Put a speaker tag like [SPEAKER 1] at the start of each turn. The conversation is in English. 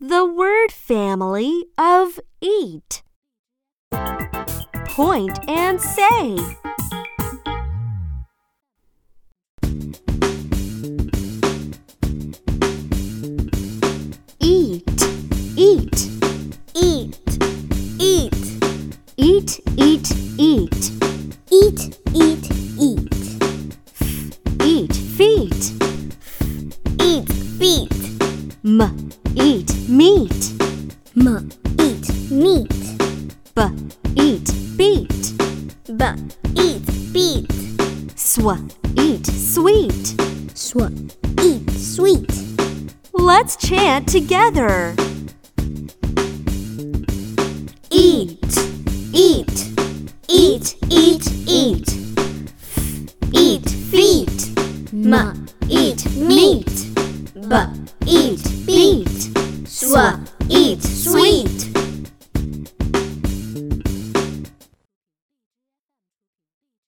[SPEAKER 1] the word family of eat. Point and say. Eat, eat,
[SPEAKER 2] Eat, eat,
[SPEAKER 1] eat, eat, eat.
[SPEAKER 2] eat, eat, eat.
[SPEAKER 1] Eat feet.
[SPEAKER 2] Eat feet.
[SPEAKER 1] M, eat meat.
[SPEAKER 2] M, eat meat.
[SPEAKER 1] B, eat beat.
[SPEAKER 2] B, eat beat.
[SPEAKER 1] Sw, eat sweet.
[SPEAKER 2] Sw, eat sweet.
[SPEAKER 1] Let's chant together.
[SPEAKER 2] Eat, eat, eat, eat, eat. Eat feet. M, eat meat. B, eat beat. Sw, eat sweet.